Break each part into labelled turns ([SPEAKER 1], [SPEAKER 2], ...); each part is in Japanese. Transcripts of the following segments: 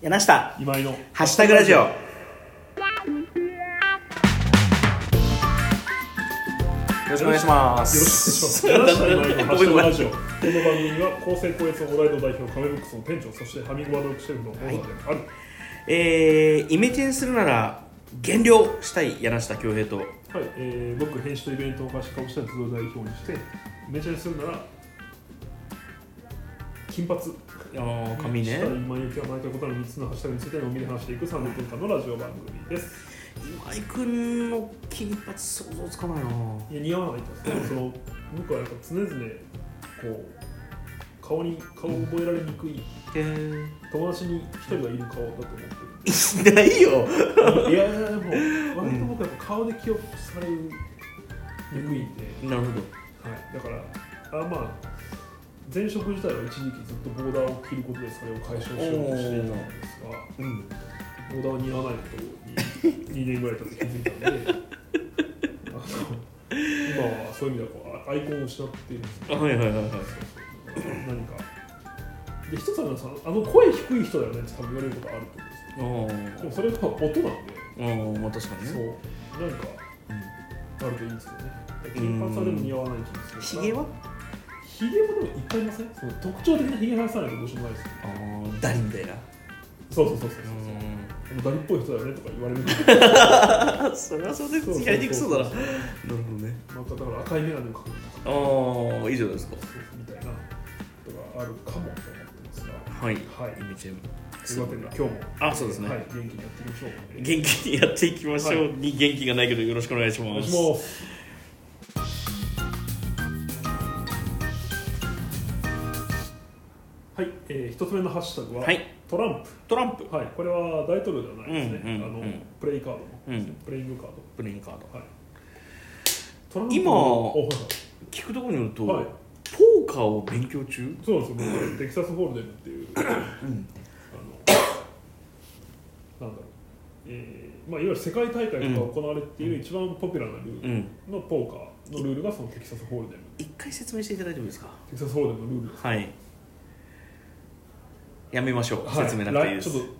[SPEAKER 1] 柳下
[SPEAKER 2] 今井の
[SPEAKER 1] ハッシュタグラジオ
[SPEAKER 3] よろしくお願いします。
[SPEAKER 2] よろしくお願いしま
[SPEAKER 1] ご
[SPEAKER 2] す。
[SPEAKER 1] めんごめん
[SPEAKER 2] ラジオ。この番組は高成高越のオライド代表、カメブックスの店長、そしてハミングワードシェフのオーナーである。
[SPEAKER 1] えー、イメチェンするなら減量したい柳下恭平と
[SPEAKER 2] はい、えー、僕、編集とイベントを貸し株した図を代表にして、めちゃにするなら、金髪。
[SPEAKER 1] ああ髪ね
[SPEAKER 2] 下に眉毛は毎回異なる3つのハッシュタグについてのみで話していく30分間のラジオ番組です。
[SPEAKER 1] 今井君の金髪想像つかないない
[SPEAKER 2] や、似合わないです。でもその僕はやっぱ常々、こう、顔に、顔を覚えられにくい、
[SPEAKER 1] へー
[SPEAKER 2] 友達に一人はいる顔だと思ってる。
[SPEAKER 1] いないよ
[SPEAKER 2] いやいやもう割と僕はやっぱ顔で記憶されるにくいんで、
[SPEAKER 1] なるほど
[SPEAKER 2] はい、だからあまあ前職自体は一時期ずっとボーダーを切ることでそれを解消しようとしていたんです
[SPEAKER 1] うん
[SPEAKER 2] がボーダーは似合わないことに2年ぐらい経って気づいたんであの今はそういう意味ではこうアイコンを失っているんです
[SPEAKER 1] あはいはいはいはい
[SPEAKER 2] けど何かで一つはそのあの声低い人だよねって多分言われることあると思うんです
[SPEAKER 1] あー
[SPEAKER 2] よでもそれは音なんで
[SPEAKER 1] あーまあ確かにね
[SPEAKER 2] そう、なんか、あるといいんですけどね。
[SPEAKER 1] うん
[SPEAKER 2] 金髪はでも似合わない気がす
[SPEAKER 1] ひ
[SPEAKER 2] る。
[SPEAKER 1] げは
[SPEAKER 2] ひげもでもいっぱいいませんその特徴的なひげ生やさないとどうしようもないですよね。
[SPEAKER 1] ああダリみたいな
[SPEAKER 2] そうそうそ
[SPEAKER 1] う
[SPEAKER 2] うそうそう。
[SPEAKER 1] ん
[SPEAKER 2] でもダリっぽい人だよねとか言われるけど。
[SPEAKER 1] あそりゃそうでやりにくそうだななるほどね
[SPEAKER 2] なんかだから赤い眼鏡をかける
[SPEAKER 1] あ
[SPEAKER 2] とか、
[SPEAKER 1] あいいじゃないですか
[SPEAKER 2] みたいなことがあるかもと思ってますが。
[SPEAKER 1] はいイ
[SPEAKER 2] はい。
[SPEAKER 1] メチェン
[SPEAKER 2] というわけで今日も、
[SPEAKER 1] あそうですね
[SPEAKER 2] はい、元気にやっていきましょう。お
[SPEAKER 1] 元気にやっていきましょうに元気がないけどよろしくお願いし
[SPEAKER 2] 願
[SPEAKER 1] ま
[SPEAKER 2] い
[SPEAKER 1] す
[SPEAKER 2] します。はい、えー、一つ目のハッシュタグは、
[SPEAKER 1] はい
[SPEAKER 2] トランプ。
[SPEAKER 1] トランプ
[SPEAKER 2] はい、これは大統領ではないですね、
[SPEAKER 1] うんうんうん
[SPEAKER 2] あのプレイカードの、
[SPEAKER 1] うん
[SPEAKER 2] プレイングカード
[SPEAKER 1] プレイングカード
[SPEAKER 2] トランプ
[SPEAKER 1] 今
[SPEAKER 2] おはい
[SPEAKER 1] 聞くところによると、
[SPEAKER 2] はい
[SPEAKER 1] ポーカーを勉強中
[SPEAKER 2] そうなんですよ僕テキサスホールデムっていう、 あのなんだろう、えーまあ、いわゆる世界大会とか行われている一番ポピュラーなルー
[SPEAKER 1] うん
[SPEAKER 2] ルのポーカーのルールがそのテキサスホールデム
[SPEAKER 1] 一回説明していただいてもいいですか
[SPEAKER 2] テキサスホールデムのルールです
[SPEAKER 1] はいやめましょう、
[SPEAKER 2] はい
[SPEAKER 1] 説明なくていいです
[SPEAKER 2] 来ちょっと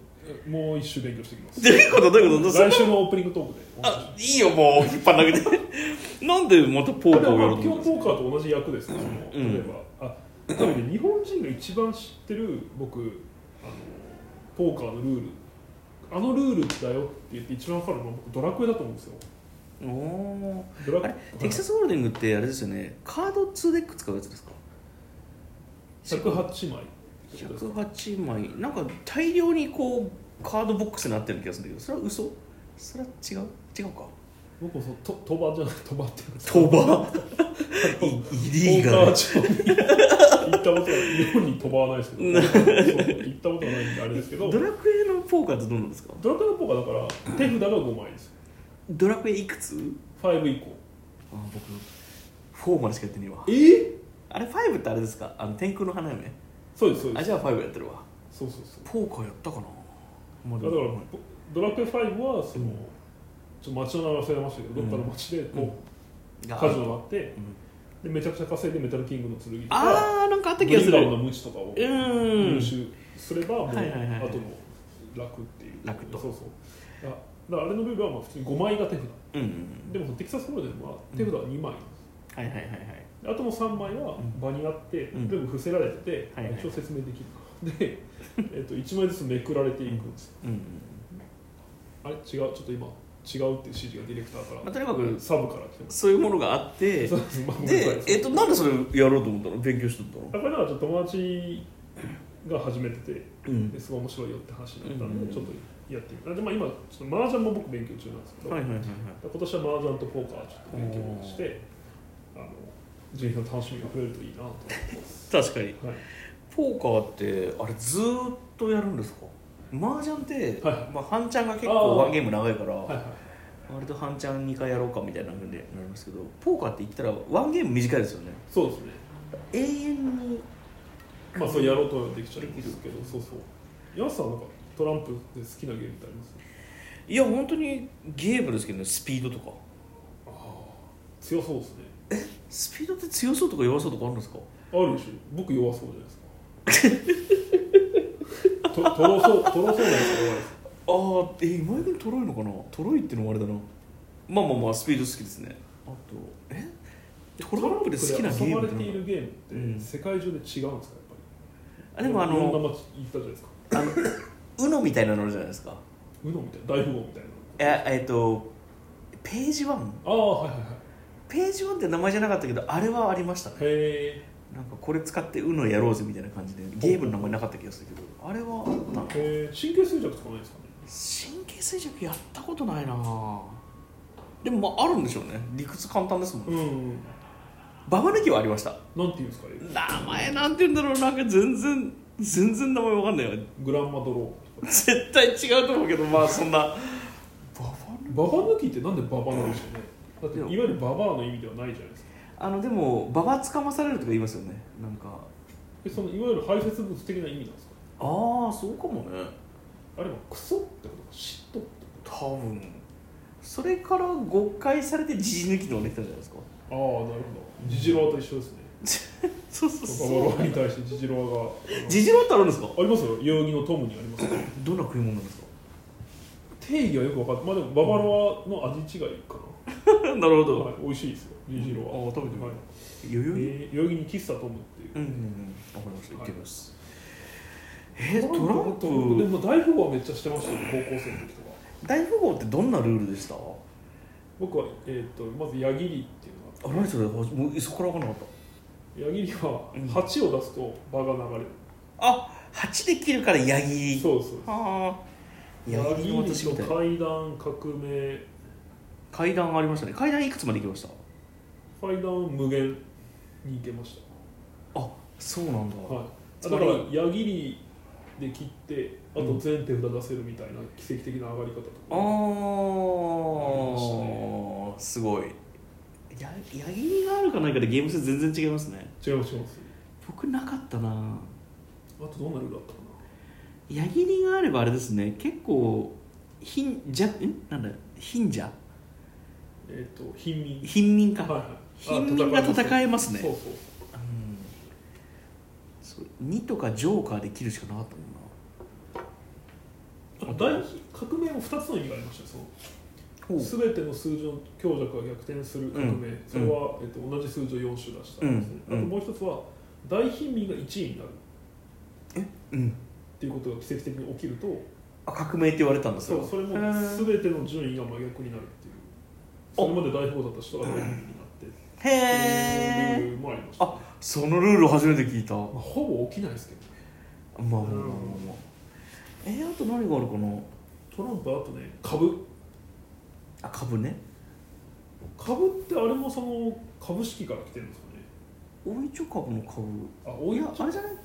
[SPEAKER 2] えもう一周勉強してきます
[SPEAKER 1] どういうことどういうことどういう
[SPEAKER 2] 来
[SPEAKER 1] こと
[SPEAKER 2] 週のオープニングトークでお話し
[SPEAKER 1] あいいよもう引っ張らな くてなんでまたポーカーをやろう
[SPEAKER 2] 基
[SPEAKER 1] と
[SPEAKER 2] 本
[SPEAKER 1] 思っ
[SPEAKER 2] ポ
[SPEAKER 1] たん
[SPEAKER 2] ーカーと同じ役ですね、その
[SPEAKER 1] うん
[SPEAKER 2] 例えばあ多分ね日本人が一番知ってる僕あのポーカーのルールあのルールだよって言って一番分かるのは僕ドラクエだと思うんですよ
[SPEAKER 1] お
[SPEAKER 2] ドラ
[SPEAKER 1] ーあれ
[SPEAKER 2] はい
[SPEAKER 1] テキサスホールディングってあれですよねカード2デック使うやつですか
[SPEAKER 2] 108枚ってことですか
[SPEAKER 1] 108枚なんか大量にこうカードボックスになってる気がするんだけどそれは嘘それは違う違うか
[SPEAKER 2] 僕もそのと賭場じゃない賭場って言うんですか
[SPEAKER 1] 賭 場イイリーガ
[SPEAKER 2] ポ
[SPEAKER 1] ル
[SPEAKER 2] ーカー場に行ったことは日本に賭場はないですけどそう行ったことはないんであれですけど
[SPEAKER 1] ドラクエのポーカーってどうなんですか
[SPEAKER 2] ドラクエのポーカーだから手札が5枚ですよ
[SPEAKER 1] ドラクエいくつ
[SPEAKER 2] 5以降
[SPEAKER 1] あ僕4までしかやってねえわ
[SPEAKER 2] えー、
[SPEAKER 1] あれ5ってあれですかあの天空の花嫁
[SPEAKER 2] そうですそうで
[SPEAKER 1] あ
[SPEAKER 2] す
[SPEAKER 1] じゃあ5やってるわ
[SPEAKER 2] そうそうそう
[SPEAKER 1] ポーカーやったかなまあ
[SPEAKER 2] だ
[SPEAKER 1] で
[SPEAKER 2] か
[SPEAKER 1] も
[SPEAKER 2] らドラクエ5はその、
[SPEAKER 1] うん
[SPEAKER 2] ちょっと街の名前忘れましたけど、どっかの街でこう、
[SPEAKER 1] が
[SPEAKER 2] カジノがあって
[SPEAKER 1] うん
[SPEAKER 2] でめちゃくちゃ稼いでメタルキングの剣とか
[SPEAKER 1] あーなんかあった
[SPEAKER 2] ブ
[SPEAKER 1] 気が
[SPEAKER 2] リ
[SPEAKER 1] す
[SPEAKER 2] ン
[SPEAKER 1] る
[SPEAKER 2] ガーの無知とかを
[SPEAKER 1] うーん
[SPEAKER 2] 入手すればもう、
[SPEAKER 1] はいはいはいはい
[SPEAKER 2] 後の楽っていう
[SPEAKER 1] 楽と
[SPEAKER 2] そうそうだだからあれのルールはまあ普通に5枚が手札
[SPEAKER 1] うんうん
[SPEAKER 2] でもそのテキサスホールデンは手札は2枚、
[SPEAKER 1] はいはいはいはい
[SPEAKER 2] あともう3枚は場にあって、
[SPEAKER 1] うん
[SPEAKER 2] 全部伏せられてて、
[SPEAKER 1] はいはい
[SPEAKER 2] 一応説明できるで、え っと1枚ずつめくられていくんですよ
[SPEAKER 1] うんうん
[SPEAKER 2] あれ違うちょっと今違うっていう指示がディレクターから、
[SPEAKER 1] まあとにかく
[SPEAKER 2] サブから来てます
[SPEAKER 1] そういうものがあって
[SPEAKER 2] そうですまあごめんなさい
[SPEAKER 1] で、えっと、なんでそれやろうと思ったの勉強しとったの
[SPEAKER 2] やっぱりだからちょっと友達が始めてて
[SPEAKER 1] うん
[SPEAKER 2] ですごい面白いよって話になった
[SPEAKER 1] うんうん
[SPEAKER 2] ん
[SPEAKER 1] うん
[SPEAKER 2] でちょっとやってみたでまあ今ちょっと麻雀も僕勉強中なんですけど、
[SPEAKER 1] はいはいはいはい
[SPEAKER 2] 今年は麻雀とポーカーちょっと勉強してあの人生の楽しみが増えるといいなと思ってます、
[SPEAKER 1] 確かに
[SPEAKER 2] はい、
[SPEAKER 1] ポーカーってあれずーっとやるんですか麻雀って、
[SPEAKER 2] はいはい
[SPEAKER 1] まあ、半チャンが結
[SPEAKER 2] あー
[SPEAKER 1] 構ワンゲーム長いから、
[SPEAKER 2] はいはい
[SPEAKER 1] 割と半チャン2回やろうかみたいなふうになりますけどポーカーって言ったらワンゲーム短いですよね
[SPEAKER 2] そうですね
[SPEAKER 1] 永遠に
[SPEAKER 2] まあそうやろうとはできちゃうんですけどそうそうヤスさんなんかトランプで好きなゲームってあります
[SPEAKER 1] いや本当にゲームですけどねスピードとか
[SPEAKER 2] ああ強そうですね
[SPEAKER 1] スピードって強そうとか弱そうとかあるんですか
[SPEAKER 2] あるでしょ僕弱そうじゃないですか ととろそうとろそうなやつが弱いです
[SPEAKER 1] あーえ今井君とろいのかなとろいってのもあれだなまあまあまあスピード好きですねあとえトランプで好きなゲーム
[SPEAKER 2] 遊ば
[SPEAKER 1] っ
[SPEAKER 2] れ
[SPEAKER 1] てな
[SPEAKER 2] て
[SPEAKER 1] いんだ
[SPEAKER 2] るゲーム
[SPEAKER 1] うん
[SPEAKER 2] って世界中で違うんですかやっぱ
[SPEAKER 1] あ
[SPEAKER 2] り
[SPEAKER 1] でもあ
[SPEAKER 2] いろんな
[SPEAKER 1] の
[SPEAKER 2] 街行ったじゃないですか
[SPEAKER 1] あの UNO みたいなのじゃないですか
[SPEAKER 2] ウノみたいな大富豪みたいな
[SPEAKER 1] ええっとページ1
[SPEAKER 2] ああはいはいは
[SPEAKER 1] ページ1って名前じゃなかったけどあれはありましたね
[SPEAKER 2] いへ
[SPEAKER 1] なんかこれ使って UNO やろうぜみたいな感じでゲームの名前なかった気がするけどあれはあったな
[SPEAKER 2] えへえ神経衰弱とかないですかね
[SPEAKER 1] 神経衰弱やったことないなでもまああるんでしょうね理屈簡単ですもんね
[SPEAKER 2] うん
[SPEAKER 1] ババ抜きはありました
[SPEAKER 2] なんていうんですかね
[SPEAKER 1] 名前なんて言うんだろうなんか全然全然名前わかんないわ
[SPEAKER 2] グランマドロ
[SPEAKER 1] 絶対違うと思うけどまあそんなババ
[SPEAKER 2] ーババ抜きってなんでババなんでしょうねだっていわゆるババアの意味ではないじゃないですか
[SPEAKER 1] あのでもババつかまされるとか言いますよねなんか
[SPEAKER 2] えそのいわゆる排泄物的な意味なんですか
[SPEAKER 1] ああそうかもね
[SPEAKER 2] あれはクソってことか嫉妬ってこ
[SPEAKER 1] 多分それから誤解されてじじ抜きのネタじゃないですか
[SPEAKER 2] とああなるほどジジロワと一緒ですね
[SPEAKER 1] そうそう
[SPEAKER 2] ババロアに対してジジロワがあの
[SPEAKER 1] じじろってあるんですか
[SPEAKER 2] ありますよ代々木のトムにありますよ
[SPEAKER 1] どんな食い物なんですか
[SPEAKER 2] 定義はよく分かってまあでもババロアの味違いか
[SPEAKER 1] なるほ
[SPEAKER 2] な、
[SPEAKER 1] ど、
[SPEAKER 2] はい、美味しいですよジジロワ、
[SPEAKER 1] ああ食べてみよう
[SPEAKER 2] はい
[SPEAKER 1] 余裕に
[SPEAKER 2] えー代々木に喫茶トムっていう
[SPEAKER 1] うんうんうんわかりました行ってみます、え
[SPEAKER 2] え
[SPEAKER 1] ー、トラン
[SPEAKER 2] で
[SPEAKER 1] プ
[SPEAKER 2] も大富豪はめっちゃしてましたよ高校生の時とか
[SPEAKER 1] 大富豪ってどんなルールでしたあ
[SPEAKER 2] 僕は、えー、とまず矢切りっていうのがあっ
[SPEAKER 1] 何
[SPEAKER 2] て
[SPEAKER 1] それもうそこから分からなかっ
[SPEAKER 2] 矢切りは
[SPEAKER 1] うん
[SPEAKER 2] 鉢を出すと場が流れる、
[SPEAKER 1] たあ八で切るからヤギ
[SPEAKER 2] そうそう
[SPEAKER 1] はあ
[SPEAKER 2] 矢
[SPEAKER 1] ヤギの私
[SPEAKER 2] 切
[SPEAKER 1] み
[SPEAKER 2] り
[SPEAKER 1] た
[SPEAKER 2] と
[SPEAKER 1] いな
[SPEAKER 2] 階段革命
[SPEAKER 1] 階段ありましたね階段いくつまで行きました
[SPEAKER 2] 階段は無限に行けまし
[SPEAKER 1] あそうなんだ、
[SPEAKER 2] た、はい、
[SPEAKER 1] つま
[SPEAKER 2] だか
[SPEAKER 1] り
[SPEAKER 2] ら矢切りで切ってあと
[SPEAKER 1] うん
[SPEAKER 2] 全手札出せるみたいな奇跡的な上がり方と
[SPEAKER 1] あ
[SPEAKER 2] か、りました
[SPEAKER 1] ーすごいヤヤギがあるかないかでゲーム性全然違いますね
[SPEAKER 2] 違います違います
[SPEAKER 1] 僕なかったな
[SPEAKER 2] あとどんなルールだったかな
[SPEAKER 1] 矢切りがあればあれですね結構貧じゃんなんだ貧者
[SPEAKER 2] えっ、と貧民
[SPEAKER 1] 貧民か、
[SPEAKER 2] はいはい
[SPEAKER 1] 貧民が
[SPEAKER 2] あ
[SPEAKER 1] 戦えますね
[SPEAKER 2] そうそう
[SPEAKER 1] うんそう2とかジョーカーで切るしかなかったもんな
[SPEAKER 2] そうあ大革命も2つの意味がありましたよその
[SPEAKER 1] ほう
[SPEAKER 2] 全ての数字の強弱が逆転する革命、
[SPEAKER 1] うん
[SPEAKER 2] それは、えっと同じ数字を4種出したんですね、
[SPEAKER 1] うんうん
[SPEAKER 2] あともう一つは大貧民が1位になるっ
[SPEAKER 1] うん
[SPEAKER 2] ていうことが奇跡的に起きると
[SPEAKER 1] あ革命って言われたんだ
[SPEAKER 2] そう
[SPEAKER 1] は
[SPEAKER 2] それも
[SPEAKER 1] へー
[SPEAKER 2] 全ての順位が真逆になるっていう
[SPEAKER 1] お
[SPEAKER 2] それまで大富豪だった人が大貧民になっ
[SPEAKER 1] へ
[SPEAKER 2] てっていう
[SPEAKER 1] え
[SPEAKER 2] ルールもありました、ま
[SPEAKER 1] そのルール初めて聞いたま
[SPEAKER 2] あ、ほぼ起きないですけどね
[SPEAKER 1] あまあまあまあまあえー、あと何があるかな
[SPEAKER 2] トランプあとね株
[SPEAKER 1] あ株ね
[SPEAKER 2] 株ってあれもその株式から来てるんですかね
[SPEAKER 1] 大いちょ株の株
[SPEAKER 2] あお
[SPEAKER 1] い
[SPEAKER 2] い
[SPEAKER 1] やあれじゃないく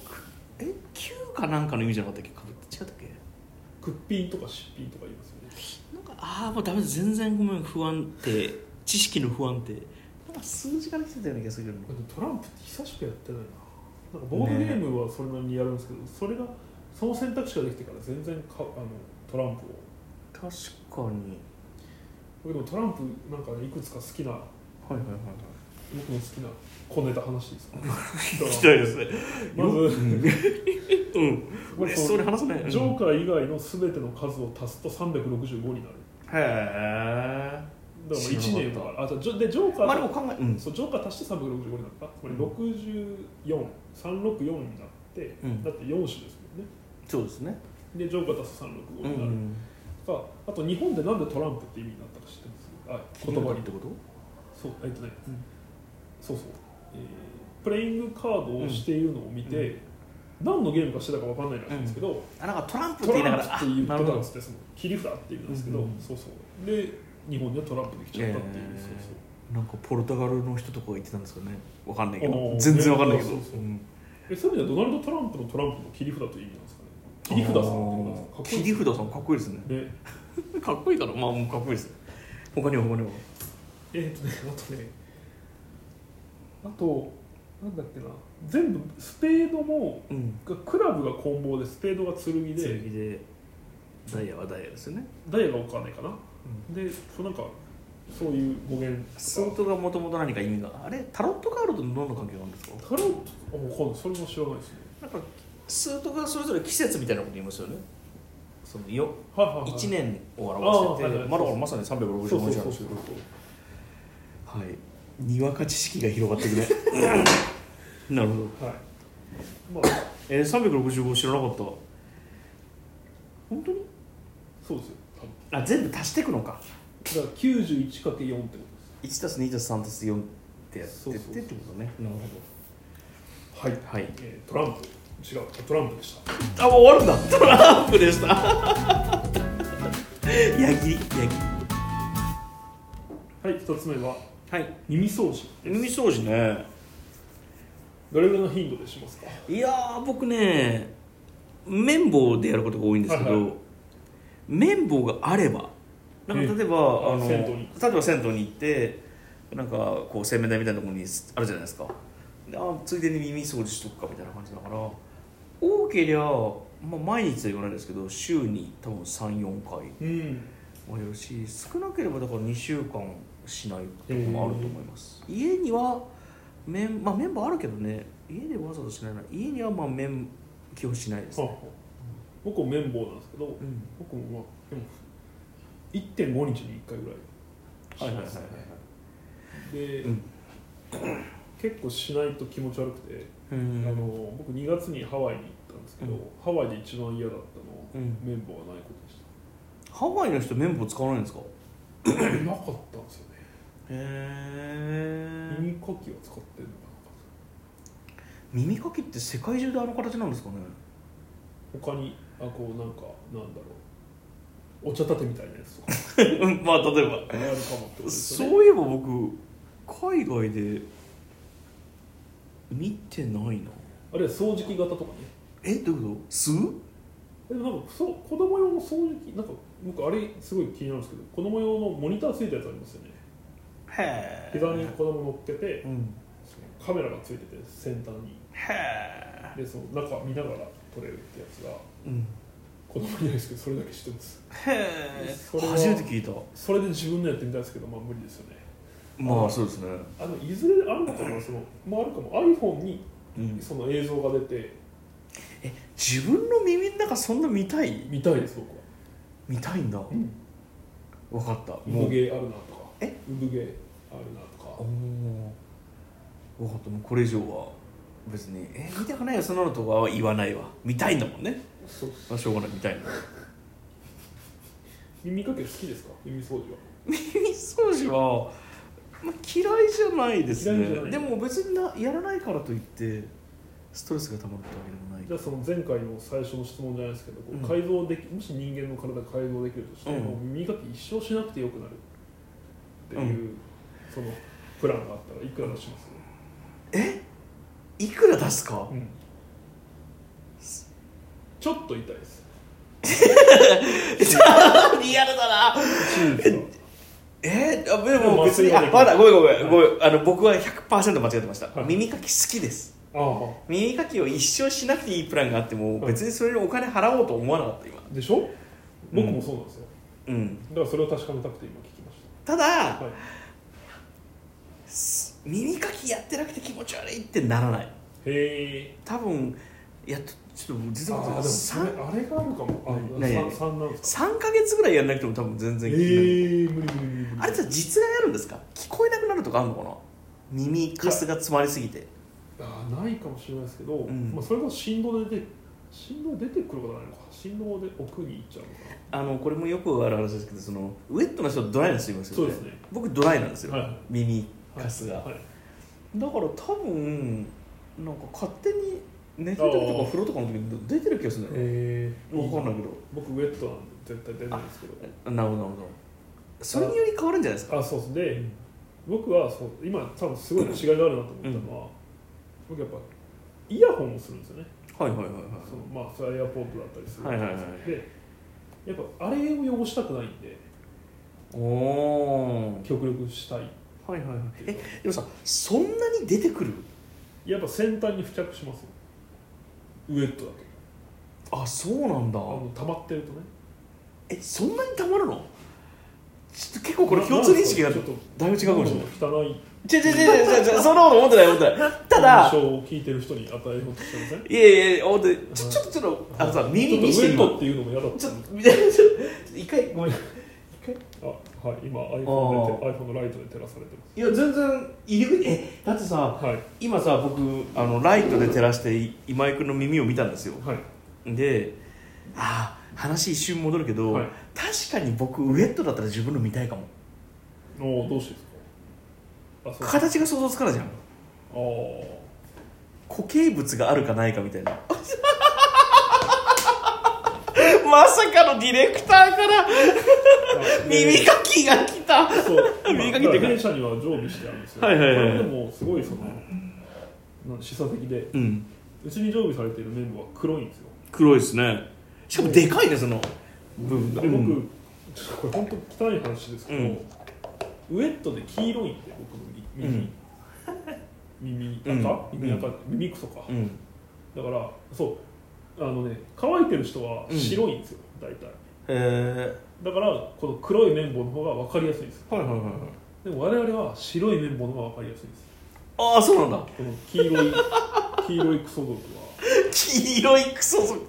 [SPEAKER 1] え九かなんかの意味じゃなかったっけ株って違ったっけ
[SPEAKER 2] クッピンとか出品とか言いますよね
[SPEAKER 1] なんかああもうダメです全然ごめん不安定知識の不安定なんか数字から来てたような気がするけどな
[SPEAKER 2] でもトランプって久しくやってないななんかボードゲームはそれなりにやるんですけど、それがその選択肢ができてから全然かあのトランプを
[SPEAKER 1] 確かに
[SPEAKER 2] 僕でもトランプなんかねいくつか好きな
[SPEAKER 1] はいはいはい
[SPEAKER 2] 僕の好きな小ネタ話です か
[SPEAKER 1] 聞きたいですね
[SPEAKER 2] まず
[SPEAKER 1] うん嬉しそうに話すねうん
[SPEAKER 2] ジョーカー以外の全ての数を足すと365になる
[SPEAKER 1] へえ
[SPEAKER 2] だから1年
[SPEAKER 1] 知らなかっ
[SPEAKER 2] はあじゃあジョでジョーカ
[SPEAKER 1] まあ
[SPEAKER 2] ー
[SPEAKER 1] で
[SPEAKER 2] と
[SPEAKER 1] も考えうん
[SPEAKER 2] そうジョーカー足して365になったつまり64364になって、
[SPEAKER 1] うん
[SPEAKER 2] だって4種ですもんね
[SPEAKER 1] そうですね
[SPEAKER 2] でジョーカー足すと365
[SPEAKER 1] う
[SPEAKER 2] になる、
[SPEAKER 1] ん
[SPEAKER 2] ああと日本でなんでトランプって意味になったか知ってますあ言葉に
[SPEAKER 1] ってこと
[SPEAKER 2] そうえっとね、
[SPEAKER 1] うん
[SPEAKER 2] そうそう、えープレイングカードをしているのを見て、何のゲームかしてたかわかんないらしいんですけど、
[SPEAKER 1] あなんかトランプって
[SPEAKER 2] ト
[SPEAKER 1] 言いな
[SPEAKER 2] ラ
[SPEAKER 1] が
[SPEAKER 2] ンプ
[SPEAKER 1] ら
[SPEAKER 2] って言って
[SPEAKER 1] あ
[SPEAKER 2] た
[SPEAKER 1] なる
[SPEAKER 2] ん
[SPEAKER 1] ほ
[SPEAKER 2] で
[SPEAKER 1] ど
[SPEAKER 2] すねその切り札って言うんですけど、
[SPEAKER 1] うんうん
[SPEAKER 2] そうそうで日本にはトランプできちゃったっていう、
[SPEAKER 1] へー
[SPEAKER 2] そうそう
[SPEAKER 1] なんかポルトガルの人とかが言ってたんですかねわかんないけ
[SPEAKER 2] あ
[SPEAKER 1] ど
[SPEAKER 2] ー
[SPEAKER 1] 全然わかんないけど
[SPEAKER 2] そうそうそう
[SPEAKER 1] うん
[SPEAKER 2] えそういう意味ではドナルド・トランプのトランプの切り札という意味なんですかね切り札さんってことなんですかかっこいい
[SPEAKER 1] 切り札さんかっこいいですね
[SPEAKER 2] で
[SPEAKER 1] かっこいいだろまあもうかっこいいです他には他には
[SPEAKER 2] えー、っとねあとねあとなんだっけな全部スペードも
[SPEAKER 1] うん
[SPEAKER 2] がクラブが棍棒でスペードが剣
[SPEAKER 1] 剣
[SPEAKER 2] で
[SPEAKER 1] でダイヤはダイヤですよね
[SPEAKER 2] ダイヤが置かないかな、でそうなんかそういう語源
[SPEAKER 1] ス
[SPEAKER 2] と
[SPEAKER 1] ー
[SPEAKER 2] か
[SPEAKER 1] トがもともと何か意味があれタロットカードとどんな関係があるんですか
[SPEAKER 2] タロットあわかんないそれも知らないですね
[SPEAKER 1] なんか数とかそれぞれ季節みたいなこと言いますよねそのよ
[SPEAKER 2] はいはいはい
[SPEAKER 1] 1年を表して
[SPEAKER 2] あーはい
[SPEAKER 1] て
[SPEAKER 2] はい
[SPEAKER 1] まだまさに
[SPEAKER 2] そう
[SPEAKER 1] 365
[SPEAKER 2] そう
[SPEAKER 1] 日なんで
[SPEAKER 2] そう
[SPEAKER 1] す
[SPEAKER 2] そ
[SPEAKER 1] け
[SPEAKER 2] う
[SPEAKER 1] どはいにわか知識が広がってくね なるほど
[SPEAKER 2] はいまあ
[SPEAKER 1] えー、365知らなかった本当に
[SPEAKER 2] そうですよ多
[SPEAKER 1] あ全部足していくのか
[SPEAKER 2] 分だから 91×4 ってこ
[SPEAKER 1] 1たす2たす3たす4ってやって
[SPEAKER 2] そう
[SPEAKER 1] っ
[SPEAKER 2] そうそう
[SPEAKER 1] てってことねなるほ
[SPEAKER 2] とですはい、
[SPEAKER 1] どはい
[SPEAKER 2] えートランプ違うトランプでした
[SPEAKER 1] あもう終わるんだトランプでした ヤギヤギ
[SPEAKER 2] はい2つ目は
[SPEAKER 1] はい
[SPEAKER 2] 耳掃除
[SPEAKER 1] 耳掃除ね
[SPEAKER 2] どれぐらいの頻度でしますか
[SPEAKER 1] いやー僕ね綿棒でやることが多いんですけど、
[SPEAKER 2] はいはい
[SPEAKER 1] 綿棒があればなんか例えば、
[SPEAKER 2] あ
[SPEAKER 1] あの
[SPEAKER 2] 銭湯に
[SPEAKER 1] 例えば銭湯に行ってなんかこう洗面台みたいなところにあるじゃないですかであついでに耳掃除しとくかみたいな感じだから多けりゃ、まあ、毎日は言わないですけど週に多分34回
[SPEAKER 2] うん
[SPEAKER 1] もやるし少なければだから2週間しないとかもあると思います家には綿まあ、綿棒あるけどね家でわざとしないな家にはまあ綿基本しないです、
[SPEAKER 2] はあはあ僕も綿棒なんですけど、
[SPEAKER 1] うん
[SPEAKER 2] 僕もまあでも1.5日に1回ぐらいしますねで、
[SPEAKER 1] うん
[SPEAKER 2] 結構しないと気持ち悪くて、
[SPEAKER 1] う
[SPEAKER 2] あ
[SPEAKER 1] ん
[SPEAKER 2] の僕2月にハワイに行ったんですけど、
[SPEAKER 1] うん
[SPEAKER 2] ハワイで一番嫌だったのは、
[SPEAKER 1] うん
[SPEAKER 2] 綿棒がないことでし
[SPEAKER 1] ハワイの人綿棒使わないんですか
[SPEAKER 2] たなかったんですよね
[SPEAKER 1] へえ
[SPEAKER 2] 耳かきは使ってるのかな
[SPEAKER 1] 耳かきって世界中であの形なんですかね
[SPEAKER 2] 他にあこうなんかなんだろうお茶立てみたいなやつとか
[SPEAKER 1] うん まあ例えば
[SPEAKER 2] あるかもってことですよね
[SPEAKER 1] そういえば僕海外で見てないな
[SPEAKER 2] あるいは掃除機型とかね
[SPEAKER 1] えどういうこと吸う
[SPEAKER 2] でもなんかそう子供用の掃除機なんか僕あれすごい気になるんですけど子供用のモニターついたやつありますよね
[SPEAKER 1] へえ
[SPEAKER 2] 膝に子供乗っけて
[SPEAKER 1] うん
[SPEAKER 2] カメラがついてて先端に
[SPEAKER 1] へえ
[SPEAKER 2] でその中見ながら撮れるってやつが
[SPEAKER 1] うん
[SPEAKER 2] 子供いないですけどそれだけ知ってます
[SPEAKER 1] へえ
[SPEAKER 2] それは
[SPEAKER 1] 初めて聞いた
[SPEAKER 2] それで自分のやってみたいですけどまあ無理ですよね
[SPEAKER 1] まあそうですね
[SPEAKER 2] あのいずれあるのかなそのまああるかも iPhone に
[SPEAKER 1] うん
[SPEAKER 2] その映像が出て
[SPEAKER 1] 自分の耳の中そんな見たい
[SPEAKER 2] 見たいです僕は
[SPEAKER 1] 見たいんだわ
[SPEAKER 2] うん
[SPEAKER 1] かったも
[SPEAKER 2] 産
[SPEAKER 1] う
[SPEAKER 2] 毛あるなとか
[SPEAKER 1] え
[SPEAKER 2] 産毛あるなとか
[SPEAKER 1] おおわかったもうこれ以上は別に「え見たくないよそんなの」とかは言わないわ見たいんだもんね
[SPEAKER 2] そう
[SPEAKER 1] まあしょうがない見たいな
[SPEAKER 2] 耳かけ好きですか耳掃除は
[SPEAKER 1] 耳掃除は、まあ、嫌いじゃないです
[SPEAKER 2] 嫌いじゃ
[SPEAKER 1] ね
[SPEAKER 2] ない
[SPEAKER 1] でも別になやらないからといってストレスがたまるってわけでもない
[SPEAKER 2] じゃあその前回の最初の質問じゃないですけど、こう
[SPEAKER 1] うん
[SPEAKER 2] 改造できもし人間の体が改造できるとして、
[SPEAKER 1] うん
[SPEAKER 2] もう耳かき一生しなくてよくなるっていう、そのプランがあったらいくら出します、
[SPEAKER 1] いくら出すか
[SPEAKER 2] うんちょっと痛いです
[SPEAKER 1] リアルだな
[SPEAKER 2] 手術は
[SPEAKER 1] えー、あで
[SPEAKER 2] も
[SPEAKER 1] も
[SPEAKER 2] う
[SPEAKER 1] 別に
[SPEAKER 2] 麻酔が
[SPEAKER 1] あま
[SPEAKER 2] できる
[SPEAKER 1] だごめんごめんごめんあの僕は100%間違ってました、
[SPEAKER 2] はい
[SPEAKER 1] 耳かき好きです
[SPEAKER 2] あ
[SPEAKER 1] 耳かきを一生しなくていいプランがあっても
[SPEAKER 2] はい
[SPEAKER 1] 別にそれにお金払おうと思わなかった今
[SPEAKER 2] あでしょ
[SPEAKER 1] うん
[SPEAKER 2] 僕もそうなんですよ、
[SPEAKER 1] うん
[SPEAKER 2] だからそれを確かめたくて今聞きました
[SPEAKER 1] ただ
[SPEAKER 2] はい、
[SPEAKER 1] す耳かきやってなくて気持ち悪いってならない
[SPEAKER 2] へえ
[SPEAKER 1] 多分いやちょっと実
[SPEAKER 2] あ
[SPEAKER 1] は
[SPEAKER 2] ーでもそれ
[SPEAKER 1] 3,
[SPEAKER 2] あれがあるかもあ
[SPEAKER 1] 何
[SPEAKER 2] 三三なんですか
[SPEAKER 1] 3ヶ月ぐらいやんなくても多分全
[SPEAKER 2] へ
[SPEAKER 1] 然
[SPEAKER 2] え
[SPEAKER 1] 気になる、
[SPEAKER 2] 無理無理無理無理
[SPEAKER 1] あれじゃ実害あるんですか聞こえなくなるとかあるのかな耳かすが詰まりすぎて
[SPEAKER 2] あーないかもしれないですけど、
[SPEAKER 1] ん
[SPEAKER 2] まあ、それこそ振動で出て振動で出てくることはないのか振動で奥に行っちゃうの
[SPEAKER 1] あ
[SPEAKER 2] か
[SPEAKER 1] のこれもよくある話ですけどそのウェットな人はドライな人います
[SPEAKER 2] そ
[SPEAKER 1] よ
[SPEAKER 2] う
[SPEAKER 1] ね
[SPEAKER 2] ですね
[SPEAKER 1] 僕ドライなんですよ、
[SPEAKER 2] はい
[SPEAKER 1] 耳
[SPEAKER 2] な
[SPEAKER 1] かすが、
[SPEAKER 2] はい、
[SPEAKER 1] だから多分なんか勝手に寝てたりと
[SPEAKER 2] あ
[SPEAKER 1] か
[SPEAKER 2] ー
[SPEAKER 1] 風呂とかの時に出てる気がするんだよ
[SPEAKER 2] え
[SPEAKER 1] 分かんないけ
[SPEAKER 2] 僕ウェットなんで絶対出ないんですけど
[SPEAKER 1] どなるほどなるほどそれにより変わるんじゃないですか
[SPEAKER 2] あそうですで、僕はそう今多分すごい違いがあるなと思ったのは、僕やっぱイヤホンをするんですよね
[SPEAKER 1] はいはいはいはい
[SPEAKER 2] そのまあそれはエアポートだったりする
[SPEAKER 1] はいはいはい
[SPEAKER 2] でやっぱあれを汚したくないんで
[SPEAKER 1] おお
[SPEAKER 2] 極力したい
[SPEAKER 1] はいはいはいえでもさそんなに出てくる
[SPEAKER 2] やっぱ先端に付着しますよウェットだと
[SPEAKER 1] あそうなんだ
[SPEAKER 2] あの溜まってるとね
[SPEAKER 1] えそんなにたまるのちょっと結構これ共通認識が
[SPEAKER 2] な
[SPEAKER 1] だ
[SPEAKER 2] ないんですかちょ
[SPEAKER 1] ぶ
[SPEAKER 2] っと
[SPEAKER 1] 違うかもしれない
[SPEAKER 2] 汚い
[SPEAKER 1] 違う違う違う違う違うそんなこと思ってない思ってない ただ
[SPEAKER 2] 印象を聞いてる人に与えようとしてません
[SPEAKER 1] いやいやいや本当にちょちょっとちょっとあのさ耳見して
[SPEAKER 2] ちょっと
[SPEAKER 1] 今
[SPEAKER 2] ウェットっていうのも嫌だっ
[SPEAKER 1] ち
[SPEAKER 2] た
[SPEAKER 1] ょっとみたいなちょっと一回ごめん一回
[SPEAKER 2] あはい今 iPhone で iPhone のライトで照らされてま
[SPEAKER 1] いや全然入り口えだってさ
[SPEAKER 2] すはい
[SPEAKER 1] 今さ僕あのライトで照らしてい今井君の耳を見たんですよ
[SPEAKER 2] はい
[SPEAKER 1] でああ話一瞬戻るけど、
[SPEAKER 2] はい
[SPEAKER 1] 確かに僕ウエットだったら自分の見たいかも
[SPEAKER 2] おおどうしてですかあそう
[SPEAKER 1] 形が想像つかないじゃん
[SPEAKER 2] あー
[SPEAKER 1] 固形物があるかないかみた いなまさかのディレクターから
[SPEAKER 2] あ
[SPEAKER 1] 耳かきが来た
[SPEAKER 2] そう
[SPEAKER 1] 耳
[SPEAKER 2] 今
[SPEAKER 1] かきっていうか
[SPEAKER 2] 弊社には常備してあるんですよ
[SPEAKER 1] はいはいはい
[SPEAKER 2] これでもすごいそのなん示唆的で
[SPEAKER 1] うん
[SPEAKER 2] うちに常備されている綿棒は黒いんですよ
[SPEAKER 1] 黒いですねしかもでかいねその部分が
[SPEAKER 2] で僕、
[SPEAKER 1] うん
[SPEAKER 2] ちょっとこれ本当汚い話ですけ
[SPEAKER 1] う
[SPEAKER 2] ど、
[SPEAKER 1] ん
[SPEAKER 2] ウエットで黄色いんで僕の耳、
[SPEAKER 1] うん
[SPEAKER 2] 耳
[SPEAKER 1] うん
[SPEAKER 2] 赤、
[SPEAKER 1] うん
[SPEAKER 2] 耳赤、耳クソか、
[SPEAKER 1] うん
[SPEAKER 2] だからそうあのね乾いてる人は白いんですよ、大体
[SPEAKER 1] え
[SPEAKER 2] だからこの黒い綿棒の方が分かりやすいんですよ
[SPEAKER 1] ー、はいはいはいはい
[SPEAKER 2] でも我々は白い綿棒の方が分かりやすいんですよ
[SPEAKER 1] ああそうなんだ
[SPEAKER 2] この黄色い黄色いクソ族は
[SPEAKER 1] 黄色いクソ族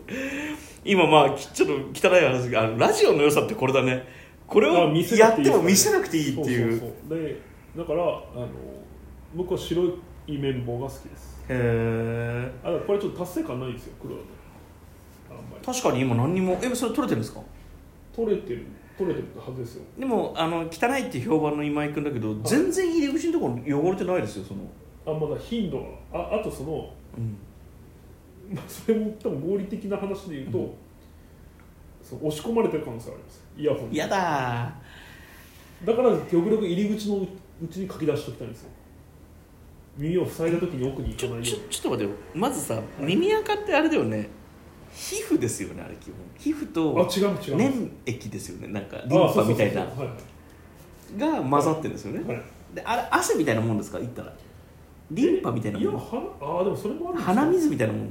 [SPEAKER 1] 今まあきちょっと汚い話があのラジオの良さってこれだねこれ
[SPEAKER 2] あ
[SPEAKER 1] を
[SPEAKER 2] 見せ
[SPEAKER 1] や
[SPEAKER 2] なく
[SPEAKER 1] って
[SPEAKER 2] いい
[SPEAKER 1] ても見せなくていいっていう
[SPEAKER 2] そうそうそうでだからあの僕は白い綿棒が好きです
[SPEAKER 1] へ
[SPEAKER 2] あこれちょっと達成感ないんですよ黒だとあんま
[SPEAKER 1] え
[SPEAKER 2] り
[SPEAKER 1] 確かに今何にもえそれ取れてるんですか
[SPEAKER 2] 取れてる取れてるはずですよ
[SPEAKER 1] でもあの汚いって評判の今井君だけど全然入り口のところ汚れてないですよその、
[SPEAKER 2] あまだ頻度がああとその、
[SPEAKER 1] うん、
[SPEAKER 2] まあ、それも多分合理的な話で言うと、その押し込まれてる可能性ありますイヤホンに
[SPEAKER 1] やだ
[SPEAKER 2] だから極力入り口のうちに書き出しておきたいんですよ耳を塞いだ時に奥に
[SPEAKER 1] ち
[SPEAKER 2] 行か
[SPEAKER 1] ょ
[SPEAKER 2] ない
[SPEAKER 1] ち
[SPEAKER 2] よ
[SPEAKER 1] ょちょっと待ってよまずさ耳垢ってあれだよね皮膚ですよねあれ基本皮膚
[SPEAKER 2] うにあ
[SPEAKER 1] と
[SPEAKER 2] 違う違う、
[SPEAKER 1] 粘液ですよねなんか
[SPEAKER 2] あ
[SPEAKER 1] リンパみたいな
[SPEAKER 2] そうそうそうはい
[SPEAKER 1] が混ざってるんですよね、
[SPEAKER 2] はい
[SPEAKER 1] であれ汗みたいなもんですか言ったらリンパみたいない
[SPEAKER 2] や
[SPEAKER 1] もん
[SPEAKER 2] はあーでもそれもあるんですよ
[SPEAKER 1] 鼻水みたいなもん
[SPEAKER 2] う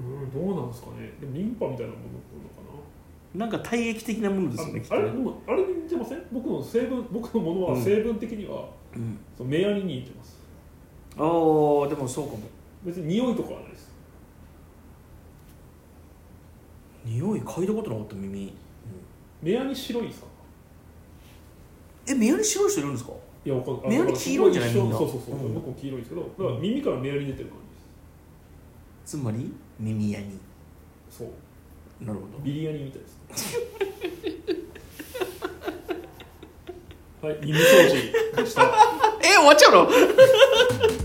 [SPEAKER 2] んどうなんですかねでもリンパみたいなものなのか
[SPEAKER 1] な
[SPEAKER 2] な
[SPEAKER 1] んか体液的なものですよねきっ
[SPEAKER 2] あ
[SPEAKER 1] と
[SPEAKER 2] あれ
[SPEAKER 1] ね
[SPEAKER 2] でもあれに似てません僕の成分僕のもの
[SPEAKER 1] う
[SPEAKER 2] は
[SPEAKER 1] ん
[SPEAKER 2] 成分的には、
[SPEAKER 1] うん、
[SPEAKER 2] その目やに似てます
[SPEAKER 1] あーでもそうかも
[SPEAKER 2] 別に匂いとかはないです
[SPEAKER 1] 匂い嗅いだことなかった耳、うん
[SPEAKER 2] 目やに白いですか
[SPEAKER 1] え目やに白い人いるんですか
[SPEAKER 2] いやわかんないあ
[SPEAKER 1] 目やに黄色いんじゃない
[SPEAKER 2] だから
[SPEAKER 1] みんな
[SPEAKER 2] そうそうそう、
[SPEAKER 1] うん
[SPEAKER 2] 僕も黄色いですけどだから耳から目やに出てる感
[SPEAKER 1] つまり耳やに
[SPEAKER 2] じですそう
[SPEAKER 1] なるほ
[SPEAKER 2] ビリヤニみたいですねはい耳掃除でした
[SPEAKER 1] どえ終わっちゃうの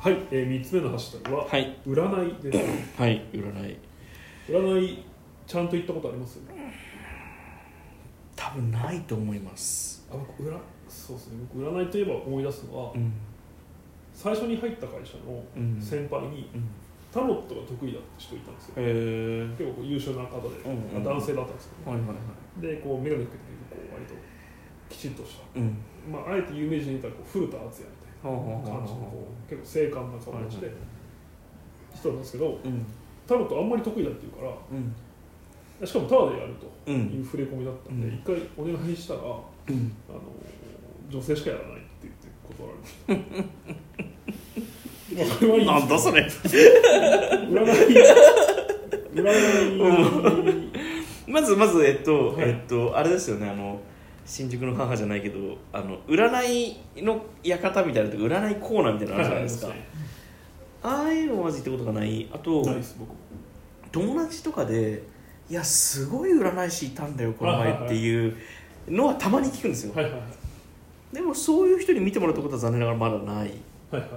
[SPEAKER 2] はい、えー、3つ目のハッシュタグは、
[SPEAKER 1] はい
[SPEAKER 2] 占いです
[SPEAKER 1] はい占い
[SPEAKER 2] 占いちゃんと行ったことあります
[SPEAKER 1] 多分ないと思います
[SPEAKER 2] あ僕占そうですね僕占いといえば思い出すのは、
[SPEAKER 1] うん
[SPEAKER 2] 最初に入った会社の
[SPEAKER 1] うん
[SPEAKER 2] 先輩に
[SPEAKER 1] うん
[SPEAKER 2] タロットが得意だって人いたんですよ
[SPEAKER 1] へえ
[SPEAKER 2] 結構優秀な方で、
[SPEAKER 1] うんうん
[SPEAKER 2] まあ男性だったんですけ
[SPEAKER 1] はいはいはい
[SPEAKER 2] どでこう眼鏡かけてこう割ときちっとし
[SPEAKER 1] う
[SPEAKER 2] た、
[SPEAKER 1] ん
[SPEAKER 2] まあ、あえて有名人に言ったらこう古田敦也
[SPEAKER 1] はあはあ
[SPEAKER 2] みたいな
[SPEAKER 1] は
[SPEAKER 2] 感じ
[SPEAKER 1] あ
[SPEAKER 2] のこう結構精悍な顔をして人なんですけど
[SPEAKER 1] うん
[SPEAKER 2] タロットあんまり得意だって言うから
[SPEAKER 1] うん
[SPEAKER 2] しかもタワーでやると
[SPEAKER 1] うん
[SPEAKER 2] いう触れ込みだったんで、
[SPEAKER 1] うん
[SPEAKER 2] 一回お願いしたら、
[SPEAKER 1] うん
[SPEAKER 2] あの女性しかやらないって言って断られましたまあそれはいいです
[SPEAKER 1] なんだそれ
[SPEAKER 2] 占い占い
[SPEAKER 1] まずまずえっと、
[SPEAKER 2] はい
[SPEAKER 1] えっとあれですよねあの新宿の母じゃないけどあの占いの館みたいなとか占いコーナーみたいなのあるじゃないですか、ああいうのまず行ったことがないあと
[SPEAKER 2] ナイス僕も
[SPEAKER 1] 友達とかでいやすごい占い師いたんだよこの前っていうのはたまに聞くんですよ、
[SPEAKER 2] はいはいはい
[SPEAKER 1] でもそういう人に見てもらったことは残念ながらまだない
[SPEAKER 2] はいはい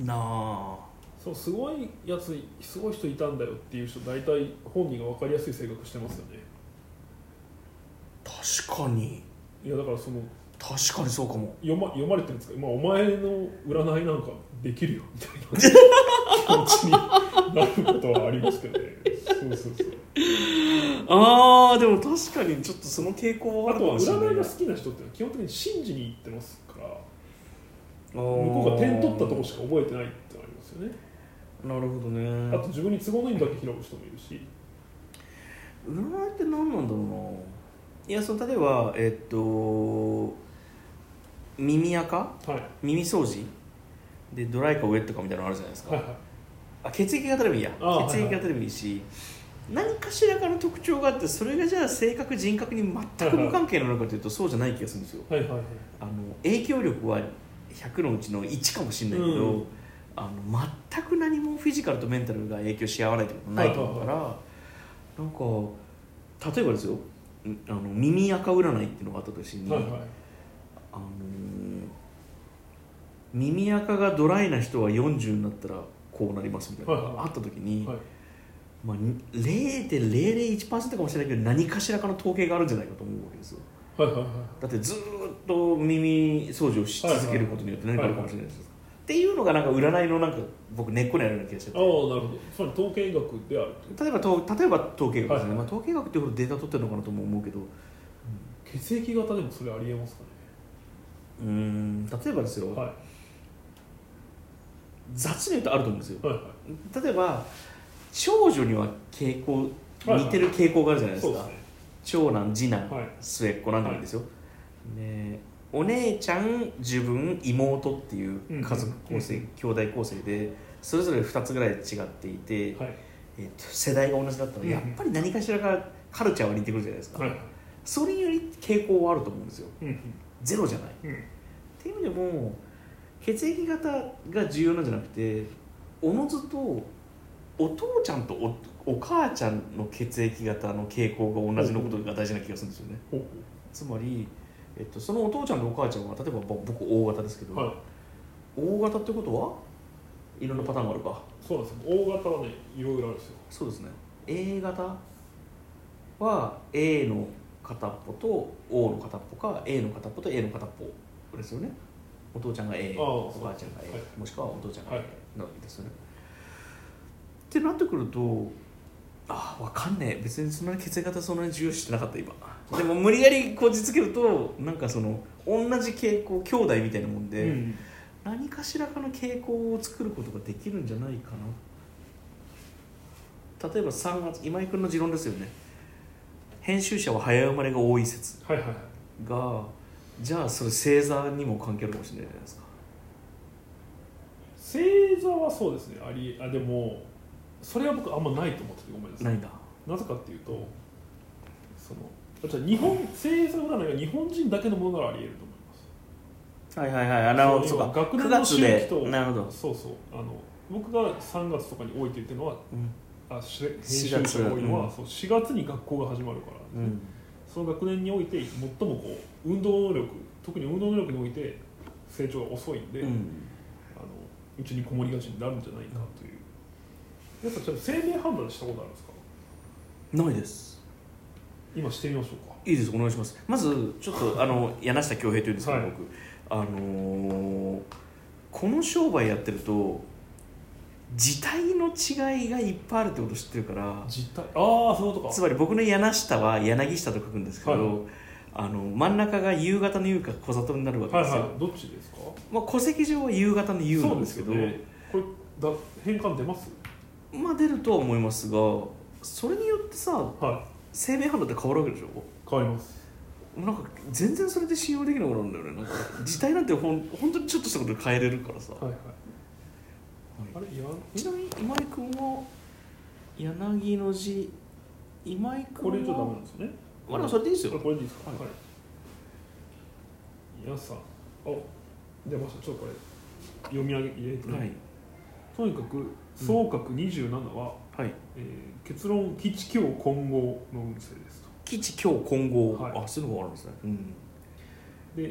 [SPEAKER 1] なあ
[SPEAKER 2] そうすごいやつすごい人いたんだよっていう人大体本人が分かりやすい性格してますよね
[SPEAKER 1] 確かに
[SPEAKER 2] いやだからその
[SPEAKER 1] 確かにそうかも
[SPEAKER 2] 読ま読まれてるんですか、まあ、お前の占いなんかできるよみたいな気持ちになることはありますけどねそうそうそう
[SPEAKER 1] ああでも確かにちょっとその傾向は
[SPEAKER 2] あ
[SPEAKER 1] ある
[SPEAKER 2] と
[SPEAKER 1] か
[SPEAKER 2] は
[SPEAKER 1] もしれない
[SPEAKER 2] 占い
[SPEAKER 1] な
[SPEAKER 2] が好きな人っていうのは基本的に信じに行ってますから
[SPEAKER 1] 向
[SPEAKER 2] 向こうが点取ったとこしか覚えてないってのありますよね
[SPEAKER 1] なるほどね
[SPEAKER 2] あと自分に都合のいいんだけ拾う人もいるし
[SPEAKER 1] 占いって何なんだろうないやその例えばえっと耳垢
[SPEAKER 2] はい
[SPEAKER 1] 耳掃除でドライかウェットかみたいなのあるじゃないですか、
[SPEAKER 2] はいはい
[SPEAKER 1] あ血液型でもいいや
[SPEAKER 2] あー
[SPEAKER 1] 血液型でもいいし、何かしらかの特徴があってそれがじゃあ性格人格に全く無関係なのかというとそうじゃない気がするんですよ
[SPEAKER 2] はいはいはい
[SPEAKER 1] あの影響力は100のうちの1かもしれないけど、
[SPEAKER 2] うん
[SPEAKER 1] あの全く何もフィジカルとメンタルが影響し合わないってことないと思うから、なんか例えばですよんあの耳垢占いっていうのがあった時に、
[SPEAKER 2] はいはい
[SPEAKER 1] あのー耳垢がドライな人は40になったらこうなりますみたいなのがあった時に、
[SPEAKER 2] はい
[SPEAKER 1] まあ、に0.001%かもしれないけど何かしらかの統計があるんじゃないかと思うわけですよ
[SPEAKER 2] はいはいはい
[SPEAKER 1] だってずーっと耳掃除をし続けることによって何かあるかもしれないですよっていうのがなんか占いのなんか僕根っこにあるような気がして
[SPEAKER 2] ああ
[SPEAKER 1] て
[SPEAKER 2] なるほどそれ統計学であると
[SPEAKER 1] 例えばと例えば統計学ですね、
[SPEAKER 2] はい
[SPEAKER 1] まあ、統計学っていうほどデータ取ってるのかなとも思うけど
[SPEAKER 2] 血液型でもそれありえますか
[SPEAKER 1] うーん例えばですよ、
[SPEAKER 2] ねはい
[SPEAKER 1] 雑に言うとあると思うんですよ
[SPEAKER 2] はいは
[SPEAKER 1] 例えば長女には傾向
[SPEAKER 2] はいはい
[SPEAKER 1] 似てる傾向があるじゃない
[SPEAKER 2] い
[SPEAKER 1] です
[SPEAKER 2] そう
[SPEAKER 1] か、
[SPEAKER 2] ですね
[SPEAKER 1] 長男次男、
[SPEAKER 2] はい
[SPEAKER 1] 末っ子なんでもいいですよ、でお姉ちゃん自分妹っていう家族構成、
[SPEAKER 2] うんうん
[SPEAKER 1] 兄弟構成でそれぞれ2つぐらい違っていて、
[SPEAKER 2] はい
[SPEAKER 1] えっと世代が同じだったら
[SPEAKER 2] うんうん
[SPEAKER 1] やっぱり何かしらがカルチャーは似てくるじゃないですか、
[SPEAKER 2] はい
[SPEAKER 1] それにより傾向はあると思うんですよ
[SPEAKER 2] うん
[SPEAKER 1] ゼロじゃない
[SPEAKER 2] うんうん
[SPEAKER 1] っていう意味でも血液型が重要なんじゃなくておのずとお父ちゃんとおお母ちゃんの血液型の傾向が同じのことが大事な気がするんですよね
[SPEAKER 2] ほう
[SPEAKER 1] つまり、えっと、そのお父ちゃんとお母ちゃんは例えばぼ僕 O 型ですけど、
[SPEAKER 2] ほうはい
[SPEAKER 1] O 型ってことはいろんなパターンがあるか
[SPEAKER 2] そうなんですよ大型はねいろいろあるんですよ
[SPEAKER 1] そうですね A 型は A の片っぽと O の片っぽか A の片っぽと A の片っぽですよねお父ちゃんが A
[SPEAKER 2] ああ
[SPEAKER 1] お母ちゃんが A、
[SPEAKER 2] はい
[SPEAKER 1] もしくはお父ちゃんが A
[SPEAKER 2] はい
[SPEAKER 1] なわけですよね、ってなってくるとああわかんねえ別にそんなに血液型そんなに重要視してなかった今でも無理やりこじつけるとなんかその同じ傾向兄弟みたいなもんで、
[SPEAKER 2] うん
[SPEAKER 1] 何かしらかの傾向を作ることができるんじゃないかな例えば3月今井君の持論ですよね編集者は早生まれが多い説
[SPEAKER 2] はいはいはい
[SPEAKER 1] がじゃあそれ星座にも関係あるかもしれないじゃないですか
[SPEAKER 2] 星座はそうですねありあでもそれは僕あんまないと思っててごめんなさ
[SPEAKER 1] ないいんだ
[SPEAKER 2] なぜかっていうとそのあじゃあ日本星座占いが日本人だけのものならありえると思います
[SPEAKER 1] はいはいはいあなるほどそう
[SPEAKER 2] 要は
[SPEAKER 1] か
[SPEAKER 2] 学
[SPEAKER 1] 9
[SPEAKER 2] 年の
[SPEAKER 1] 月
[SPEAKER 2] 周
[SPEAKER 1] で
[SPEAKER 2] 期と
[SPEAKER 1] なるほど、
[SPEAKER 2] そうそうあの僕が3月とかに多いって言ってるのは
[SPEAKER 1] うん
[SPEAKER 2] あし編集
[SPEAKER 1] 四
[SPEAKER 2] 者
[SPEAKER 1] 月
[SPEAKER 2] が多いのは、
[SPEAKER 1] うん
[SPEAKER 2] そう4月に学校が始まるから、
[SPEAKER 1] うん、
[SPEAKER 2] その学年において最もこう運動能力特に運動能力において成長が遅いんで、
[SPEAKER 1] うん
[SPEAKER 2] あのうちにこもりがちになるんじゃないかという皆さんちょっと生命判断したことあるんですか
[SPEAKER 1] ないです
[SPEAKER 2] 今してみましょうか
[SPEAKER 1] いいですお願いしますまずちょっとあの柳下恭平というんですけど、
[SPEAKER 2] はい
[SPEAKER 1] 僕あのーこの商売やってると字体の違いがいっぱいあるってこと知ってるから
[SPEAKER 2] 実態ああそういうことか
[SPEAKER 1] つまり僕の柳下は柳下と書くんですけど、
[SPEAKER 2] はい
[SPEAKER 1] あの真ん中が夕方の夕か小里になるわけ
[SPEAKER 2] は
[SPEAKER 1] で
[SPEAKER 2] い
[SPEAKER 1] すよ、
[SPEAKER 2] はいどっちですか
[SPEAKER 1] まあ、戸籍上は夕方の夕なんですけど
[SPEAKER 2] そうよねこれだ変換出ます
[SPEAKER 1] まあ出るとは思いますがそれによってさ
[SPEAKER 2] は
[SPEAKER 1] 生命判断って変わるわけでしょ
[SPEAKER 2] い変わります
[SPEAKER 1] なんか全然それで信用できなくなるんだよねなんか時代なんてほん本当にちょっとしたことで変えれるからさ、
[SPEAKER 2] はいはいあれや
[SPEAKER 1] ちなみに今井君は柳の字今井君は
[SPEAKER 2] これじゃダメなんですよね
[SPEAKER 1] まあでもそれでいいですよ
[SPEAKER 2] あこれでいいですか
[SPEAKER 1] はい
[SPEAKER 2] はい皆さんあ出ましたちょっとこれ読み上げ入れて、
[SPEAKER 1] はい
[SPEAKER 2] とにかく総角27は、
[SPEAKER 1] はい
[SPEAKER 2] えー結論基地強混合の運勢ですと
[SPEAKER 1] 吉今日混合、
[SPEAKER 2] はい
[SPEAKER 1] あそういうのがあるんですね、うん、
[SPEAKER 2] で、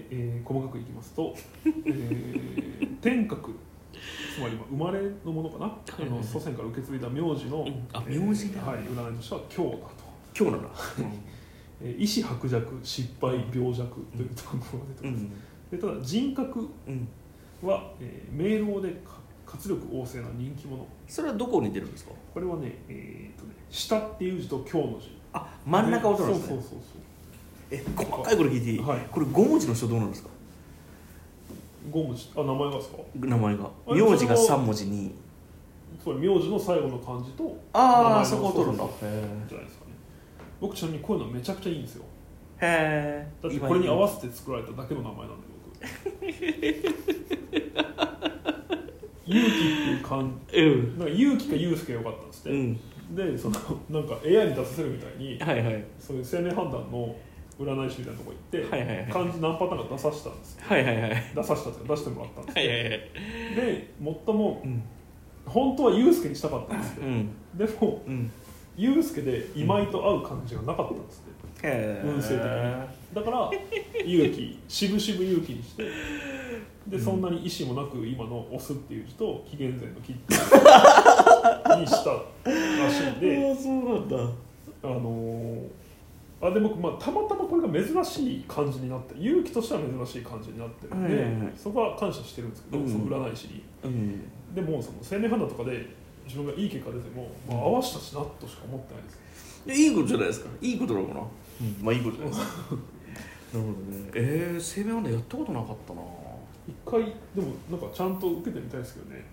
[SPEAKER 2] えー細かくいきます と、えー天格つまりまあ生まれのものかなあの祖先から受け継いだ名字の、
[SPEAKER 1] うんあ名字
[SPEAKER 2] え
[SPEAKER 1] だ
[SPEAKER 2] ーはい、占いとしては強だと、
[SPEAKER 1] 今日なんだ
[SPEAKER 2] えー意志薄弱失敗病弱というところが出て
[SPEAKER 1] う
[SPEAKER 2] ます、
[SPEAKER 1] ん
[SPEAKER 2] でただ人格
[SPEAKER 1] うん
[SPEAKER 2] は、えー明朗でか活力旺盛な人気者
[SPEAKER 1] それはどこに出るんですか
[SPEAKER 2] これはね,、えー、とね下っていう字と強の字
[SPEAKER 1] あ真ん中を取るんです
[SPEAKER 2] そう
[SPEAKER 1] ね
[SPEAKER 2] そうそうそう
[SPEAKER 1] え細かいこれ聞いていい、
[SPEAKER 2] はい
[SPEAKER 1] これ5文字の人どうなんですか
[SPEAKER 2] 五文字あ名前がですか
[SPEAKER 1] 名前が
[SPEAKER 2] あれ
[SPEAKER 1] 名字が3文字に
[SPEAKER 2] つまり名字の最後の漢字と
[SPEAKER 1] あ
[SPEAKER 2] 名前
[SPEAKER 1] あ
[SPEAKER 2] の
[SPEAKER 1] そこを取るんだへ
[SPEAKER 2] じゃないですかね僕ちなみにこういうのめちゃくちゃいいんですよ
[SPEAKER 1] え
[SPEAKER 2] だってこれに合わ
[SPEAKER 1] せ
[SPEAKER 2] せて作られただけの名前なんで僕 勇気っていう漢
[SPEAKER 1] うん
[SPEAKER 2] なんか勇気か勇介が良かったんですって、
[SPEAKER 1] うん
[SPEAKER 2] でそのなんか AI に出させるみたいに
[SPEAKER 1] はいはい
[SPEAKER 2] そういう生命判断の占い師みたいなとこ行って、
[SPEAKER 1] はいはいはい
[SPEAKER 2] 漢字何パターンか出させたんですよ
[SPEAKER 1] はいはいはいはい
[SPEAKER 2] 出させたっていうか出してもらったんです
[SPEAKER 1] はいはい
[SPEAKER 2] よでもっとも
[SPEAKER 1] うん
[SPEAKER 2] 本当は勇介にしたかったんです
[SPEAKER 1] う
[SPEAKER 2] よ
[SPEAKER 1] ん
[SPEAKER 2] でも
[SPEAKER 1] うん
[SPEAKER 2] 勇介で今井と合う感じがなかったんですって
[SPEAKER 1] へえ
[SPEAKER 2] 運勢的にだから勇気渋々勇気にしてで、そんなに意思もなく今の「押す」っていう字と紀元前の「切っていう字にしたらしいんで
[SPEAKER 1] ああそうなんだ
[SPEAKER 2] あのーあで僕、まあ、たまたまこれが珍しい感じになって勇気としては珍しい感じになってるんで、
[SPEAKER 1] はいはいはい
[SPEAKER 2] そこは感謝してるんですけど、
[SPEAKER 1] うん
[SPEAKER 2] その占い師に
[SPEAKER 1] うん
[SPEAKER 2] でもその生命判断とかで自分がいい結果出ても、まあ、合わせたしなとしか思ってないです
[SPEAKER 1] いやいいことじゃないですかいいことだろうな、うん、まあいいことじ ゃないですかなるほどねえー、生命判断やったことなかったな
[SPEAKER 2] 一回でもなんかちゃんと受けてみたいですけどね、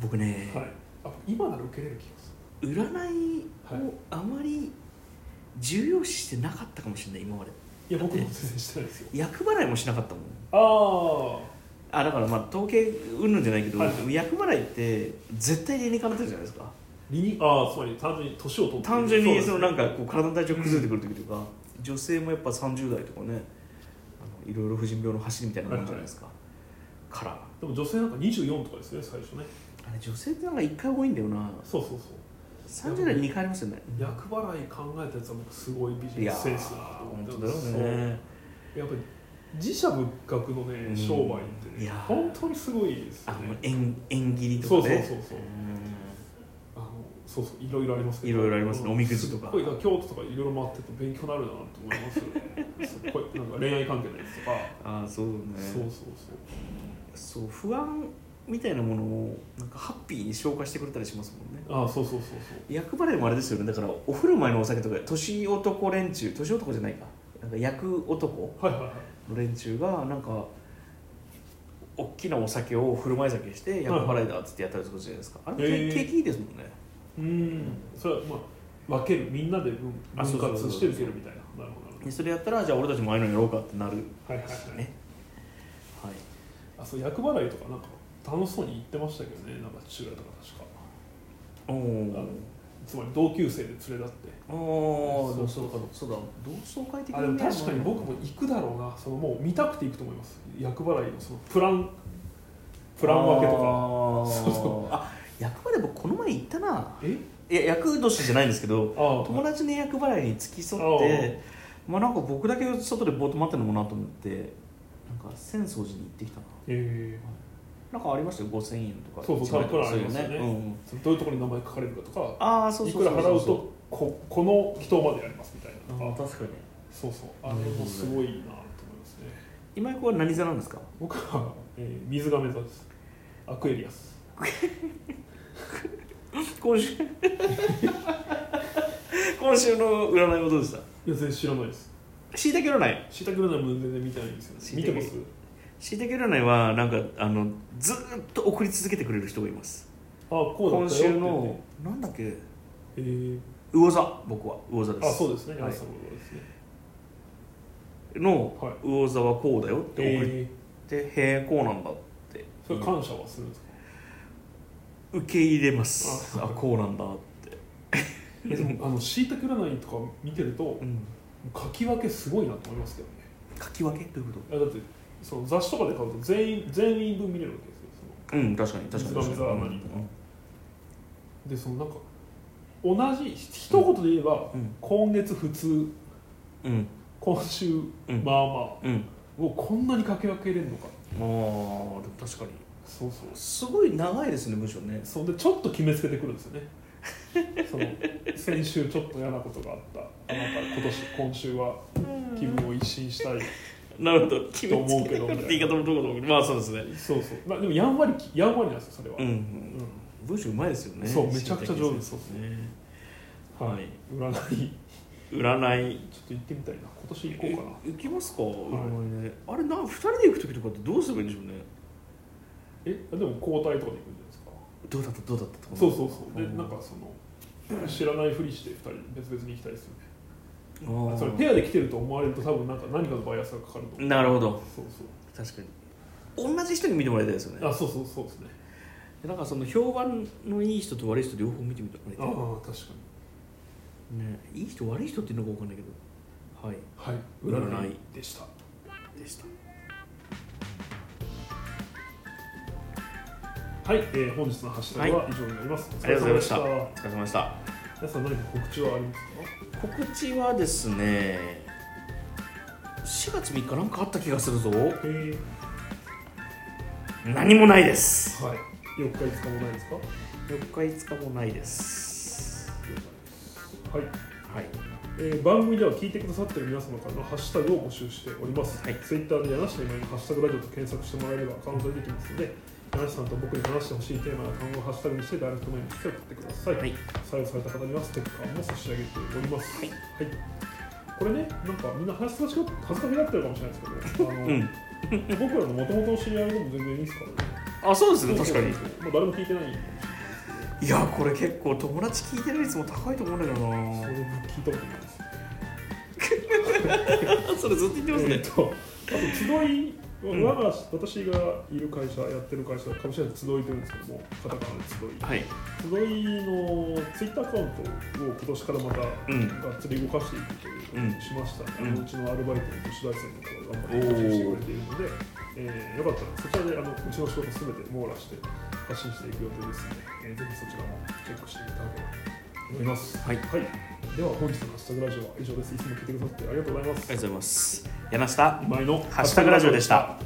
[SPEAKER 1] 僕ね、
[SPEAKER 2] はい、あ今なら受けれる気がする
[SPEAKER 1] 占い
[SPEAKER 2] は
[SPEAKER 1] をあまり重要視してなかったかもしれない今まで
[SPEAKER 2] いや僕も全然してないです よ
[SPEAKER 1] 役払いもしなかったもん
[SPEAKER 2] ああ
[SPEAKER 1] あだからまあ統計うんぬんじゃないけど、
[SPEAKER 2] はい
[SPEAKER 1] 役払いって絶対理にかなってるじゃないですか
[SPEAKER 2] 理にああつまり単純に年を取ってる
[SPEAKER 1] 単純にその
[SPEAKER 2] うで
[SPEAKER 1] な
[SPEAKER 2] す
[SPEAKER 1] んかこう体の体調崩れてくる時とか、女性もやっぱ30代とかねあのいろいろ婦人病の走りみたいなもんじゃないですか、から
[SPEAKER 2] でも女性なんか24とかですね最初ね
[SPEAKER 1] あれ女性ってなんか1回多いんだよな
[SPEAKER 2] そうそうそう
[SPEAKER 1] 30代に2回ありますよね
[SPEAKER 2] 役払い考えたやつは僕すごいビジ
[SPEAKER 1] い
[SPEAKER 2] ネ
[SPEAKER 1] や
[SPEAKER 2] スセンスだなと思
[SPEAKER 1] 本
[SPEAKER 2] って
[SPEAKER 1] 当だ
[SPEAKER 2] ま
[SPEAKER 1] よ
[SPEAKER 2] す
[SPEAKER 1] ね
[SPEAKER 2] そうやっぱり自社仏閣のね、
[SPEAKER 1] うん
[SPEAKER 2] 商売って
[SPEAKER 1] い
[SPEAKER 2] ね
[SPEAKER 1] や
[SPEAKER 2] 本当にすごいです
[SPEAKER 1] あ
[SPEAKER 2] よ
[SPEAKER 1] の
[SPEAKER 2] ね
[SPEAKER 1] 縁縁切り
[SPEAKER 2] そ
[SPEAKER 1] と
[SPEAKER 2] う
[SPEAKER 1] か
[SPEAKER 2] そうそう
[SPEAKER 1] ね
[SPEAKER 2] そう
[SPEAKER 1] う
[SPEAKER 2] あのそうそういろいろありますけ
[SPEAKER 1] い
[SPEAKER 2] ど
[SPEAKER 1] ろいろありますね
[SPEAKER 2] うん
[SPEAKER 1] おみくじとか
[SPEAKER 2] すっごいだら京都とかいろいろ回ってて勉強になるなと思いますよ ねすっごいなんか恋愛関係のやつとか、
[SPEAKER 1] んああそうね
[SPEAKER 2] そうそうそう
[SPEAKER 1] そう不安みたいなものをなんかハッピーに消化してくれたりしますもんね
[SPEAKER 2] ああそうそうそうそう
[SPEAKER 1] 役払いもあれですよねだからお風呂前のお酒とか年男連中年男じゃないかなんか役男
[SPEAKER 2] はいはいはい
[SPEAKER 1] の連中がなんか大きなお酒を振る舞い酒して役払いだっつってやったりするじゃないですか、あれ
[SPEAKER 2] へ
[SPEAKER 1] 景景
[SPEAKER 2] ー
[SPEAKER 1] 気いいですもんね
[SPEAKER 2] うんそれはまあ分けるみんなで分
[SPEAKER 1] あそう
[SPEAKER 2] 分
[SPEAKER 1] そうそうそう
[SPEAKER 2] 割して受けるみたいななるほどなる
[SPEAKER 1] でそれやったらじゃあ俺たちもああいうのやろうかってなる
[SPEAKER 2] ほどはいはいはい、
[SPEAKER 1] ねはい
[SPEAKER 2] あそう厄払いとかなんか楽しそうに言ってましたけどねなんか父親とか確か
[SPEAKER 1] お
[SPEAKER 2] あ
[SPEAKER 1] ー
[SPEAKER 2] のつまり同級生で連れ立って
[SPEAKER 1] おー
[SPEAKER 2] そうそう
[SPEAKER 1] かそうだ同窓会的
[SPEAKER 2] あでも確かに僕も行くだろうなそのもう見たくて行くと思います厄払いのそのプランプラン分けとか
[SPEAKER 1] か
[SPEAKER 2] そうそ
[SPEAKER 1] あ役払い僕この前行ったな
[SPEAKER 2] え
[SPEAKER 1] いや役年じゃないんですけど
[SPEAKER 2] ああ
[SPEAKER 1] 友達の役払いに付き添ってまあなんか僕だけ外でぼーっと待ってるのもなと思ってなんか浅草寺に行ってきたな
[SPEAKER 2] え
[SPEAKER 1] なんかありましたよ5000円とか
[SPEAKER 2] そうそう
[SPEAKER 1] 1万円とか
[SPEAKER 2] タンプラーありますよね
[SPEAKER 1] そういうのうんうん
[SPEAKER 2] ー、そのどういうところに名前書かれるかとか
[SPEAKER 1] ああそう
[SPEAKER 2] い
[SPEAKER 1] そう
[SPEAKER 2] く
[SPEAKER 1] そ
[SPEAKER 2] ら
[SPEAKER 1] う
[SPEAKER 2] 払うとここの人までやりますみたいな
[SPEAKER 1] あ
[SPEAKER 2] と
[SPEAKER 1] ー
[SPEAKER 2] か
[SPEAKER 1] 確かに
[SPEAKER 2] そうそうあれもすごいなと思いますね
[SPEAKER 1] 今井君は何座なんですか
[SPEAKER 2] 僕は、えー、水亀座ですアクエリアス
[SPEAKER 1] 今週今週の占いはどうでした
[SPEAKER 2] いや全然知らないです
[SPEAKER 1] しいたけ占い
[SPEAKER 2] シータクルナも全然見てないんですよね見
[SPEAKER 1] 椎
[SPEAKER 2] て
[SPEAKER 1] 茸
[SPEAKER 2] ます
[SPEAKER 1] しいたけ占いはなんかあのずーっと送り続けてくれる人がいます
[SPEAKER 2] あこうだ
[SPEAKER 1] 今
[SPEAKER 2] った
[SPEAKER 1] 週
[SPEAKER 2] よって言っ
[SPEAKER 1] の
[SPEAKER 2] て
[SPEAKER 1] なんだっけ
[SPEAKER 2] えー、
[SPEAKER 1] 魚座僕は魚座です
[SPEAKER 2] あそうですね
[SPEAKER 1] は
[SPEAKER 2] 山
[SPEAKER 1] い
[SPEAKER 2] 下さんのことですね、
[SPEAKER 1] の
[SPEAKER 2] はい
[SPEAKER 1] 魚座はこうだよって送っ
[SPEAKER 2] え
[SPEAKER 1] て、へえこうなんだって
[SPEAKER 2] ー、それ感謝はするんですか
[SPEAKER 1] 受け入れますあこうなんだって
[SPEAKER 2] えでもあのシータクルナとか見てると
[SPEAKER 1] うん
[SPEAKER 2] 書き分けすごいなと思いますけどね
[SPEAKER 1] 書き分けというこ
[SPEAKER 2] いやだってその雑誌とかで買うと全員全員分見れるわけですよその
[SPEAKER 1] とうん確かに確かに確
[SPEAKER 2] 水
[SPEAKER 1] か
[SPEAKER 2] が
[SPEAKER 1] に
[SPEAKER 2] 水が何とかでそのなんか同じひ一言で言えば、
[SPEAKER 1] うん
[SPEAKER 2] 今月普通
[SPEAKER 1] うん
[SPEAKER 2] 今週、
[SPEAKER 1] うん
[SPEAKER 2] ま
[SPEAKER 1] う
[SPEAKER 2] あま
[SPEAKER 1] ん
[SPEAKER 2] あをこんなに書き分けれるのか
[SPEAKER 1] あーでも確かに
[SPEAKER 2] そうそう
[SPEAKER 1] すごい長いですねむしろね
[SPEAKER 2] そんでちょっと決めつけてくるんですよねその先週ちょっと嫌なことがあったあなた今年今週は気分を一新したい
[SPEAKER 1] なるほど決
[SPEAKER 2] と
[SPEAKER 1] めつ
[SPEAKER 2] 思う
[SPEAKER 1] け
[SPEAKER 2] け
[SPEAKER 1] て
[SPEAKER 2] ど
[SPEAKER 1] くるって言い方もどうかと思うけどまあそうですね
[SPEAKER 2] そうそうなでもやんわりきやんわりなんですよそれは、
[SPEAKER 1] う
[SPEAKER 2] うん
[SPEAKER 1] 文章うまいですよね
[SPEAKER 2] そうめちゃくちゃ上手です
[SPEAKER 1] ね
[SPEAKER 2] ん
[SPEAKER 1] は
[SPEAKER 2] はいい、占い
[SPEAKER 1] 占い
[SPEAKER 2] ちょっと行ってみたいな今年行こうかな
[SPEAKER 1] え行きますか
[SPEAKER 2] い
[SPEAKER 1] 占いねあれな2人で行く時とかってどうすればいいんでしょうね
[SPEAKER 2] えでも交代とかで行くんじゃないですか
[SPEAKER 1] どうだったどうだったとか
[SPEAKER 2] そうそうそうで
[SPEAKER 1] ん
[SPEAKER 2] なんかその知らないふりして2人別々に行きたいですよね
[SPEAKER 1] あー
[SPEAKER 2] それペアで来てると思われると多分なんか何かのバイアスがかかると思う
[SPEAKER 1] なるほど
[SPEAKER 2] そうそ
[SPEAKER 1] 確かに同じ人に見てもらいたいですよ
[SPEAKER 2] う
[SPEAKER 1] ね
[SPEAKER 2] あそうそうそうですね
[SPEAKER 1] なんかその評判のいい人と悪い人両方見てみた
[SPEAKER 2] あ
[SPEAKER 1] ら
[SPEAKER 2] あ
[SPEAKER 1] ね
[SPEAKER 2] 確か
[SPEAKER 1] ねいい人悪い人っていうのか分かんないけどはい
[SPEAKER 2] にはい占いでした
[SPEAKER 1] でした
[SPEAKER 2] はい、えー、本日のハッシュタグは以上になります、
[SPEAKER 1] ありがとうございました
[SPEAKER 2] お疲れ様
[SPEAKER 1] お疲れ様でした
[SPEAKER 2] でした皆さん何か告知はあります
[SPEAKER 1] 告知はですね4月3日なんかあった気がするぞ
[SPEAKER 2] かえ
[SPEAKER 1] 何もないです
[SPEAKER 2] ー、はい4日5日もないですか了
[SPEAKER 1] 4日5日もないです
[SPEAKER 2] 解ですはい
[SPEAKER 1] はい
[SPEAKER 2] えー番組では聞いてくださっている皆様からのハッシュタグを募集しております、
[SPEAKER 1] はい
[SPEAKER 2] ツイッターで柳下今井の「ハッシュタグラジオ」と検索してもらえればアカウントができますので柳下さんと僕に話してほしいテーマや単語をハッシュタグにしてダイレクトメールにして送ってください、
[SPEAKER 1] はい
[SPEAKER 2] 採用された方にはステッカーも差し上げております、
[SPEAKER 1] はい
[SPEAKER 2] これねなんかみんな恥ずかしが恥ずかしがってるかもしれないですけどあの、
[SPEAKER 1] うん
[SPEAKER 2] 僕らのもともとの知り合いでも全然いいですからね
[SPEAKER 1] あそうですね確かに
[SPEAKER 2] そうそうそうまあ、誰も聞いてないんで
[SPEAKER 1] いやこれ結構友達聞いてる率も高いと思うんだけど
[SPEAKER 2] それ
[SPEAKER 1] な
[SPEAKER 2] 聞いたことないで す
[SPEAKER 1] それずっと言ってます
[SPEAKER 2] え
[SPEAKER 1] ね
[SPEAKER 2] ー、とあと集い、我が私がいる会社やってる会社株式会社集いというんですけどもカタカナで集い
[SPEAKER 1] はい
[SPEAKER 2] 集いのツイッターアカウントを今年からまた
[SPEAKER 1] うん
[SPEAKER 2] がっつり動かしていくということをしました、
[SPEAKER 1] うん
[SPEAKER 2] あのうちのアルバイトの女子大生の子が頑張って発信してくれているので、えーよかったらそちらであのうちの仕事すべて網羅して発信していく予定ですので、えーぜひそちらもチェックしていただければと思います、
[SPEAKER 1] はいありが
[SPEAKER 2] はい、では本日の「ハッシュタグラジオ」は以上ですいつも聞いてくださってありがとうございます
[SPEAKER 1] とうございます柳下
[SPEAKER 2] 今井の
[SPEAKER 1] ハッシュタグラジオでした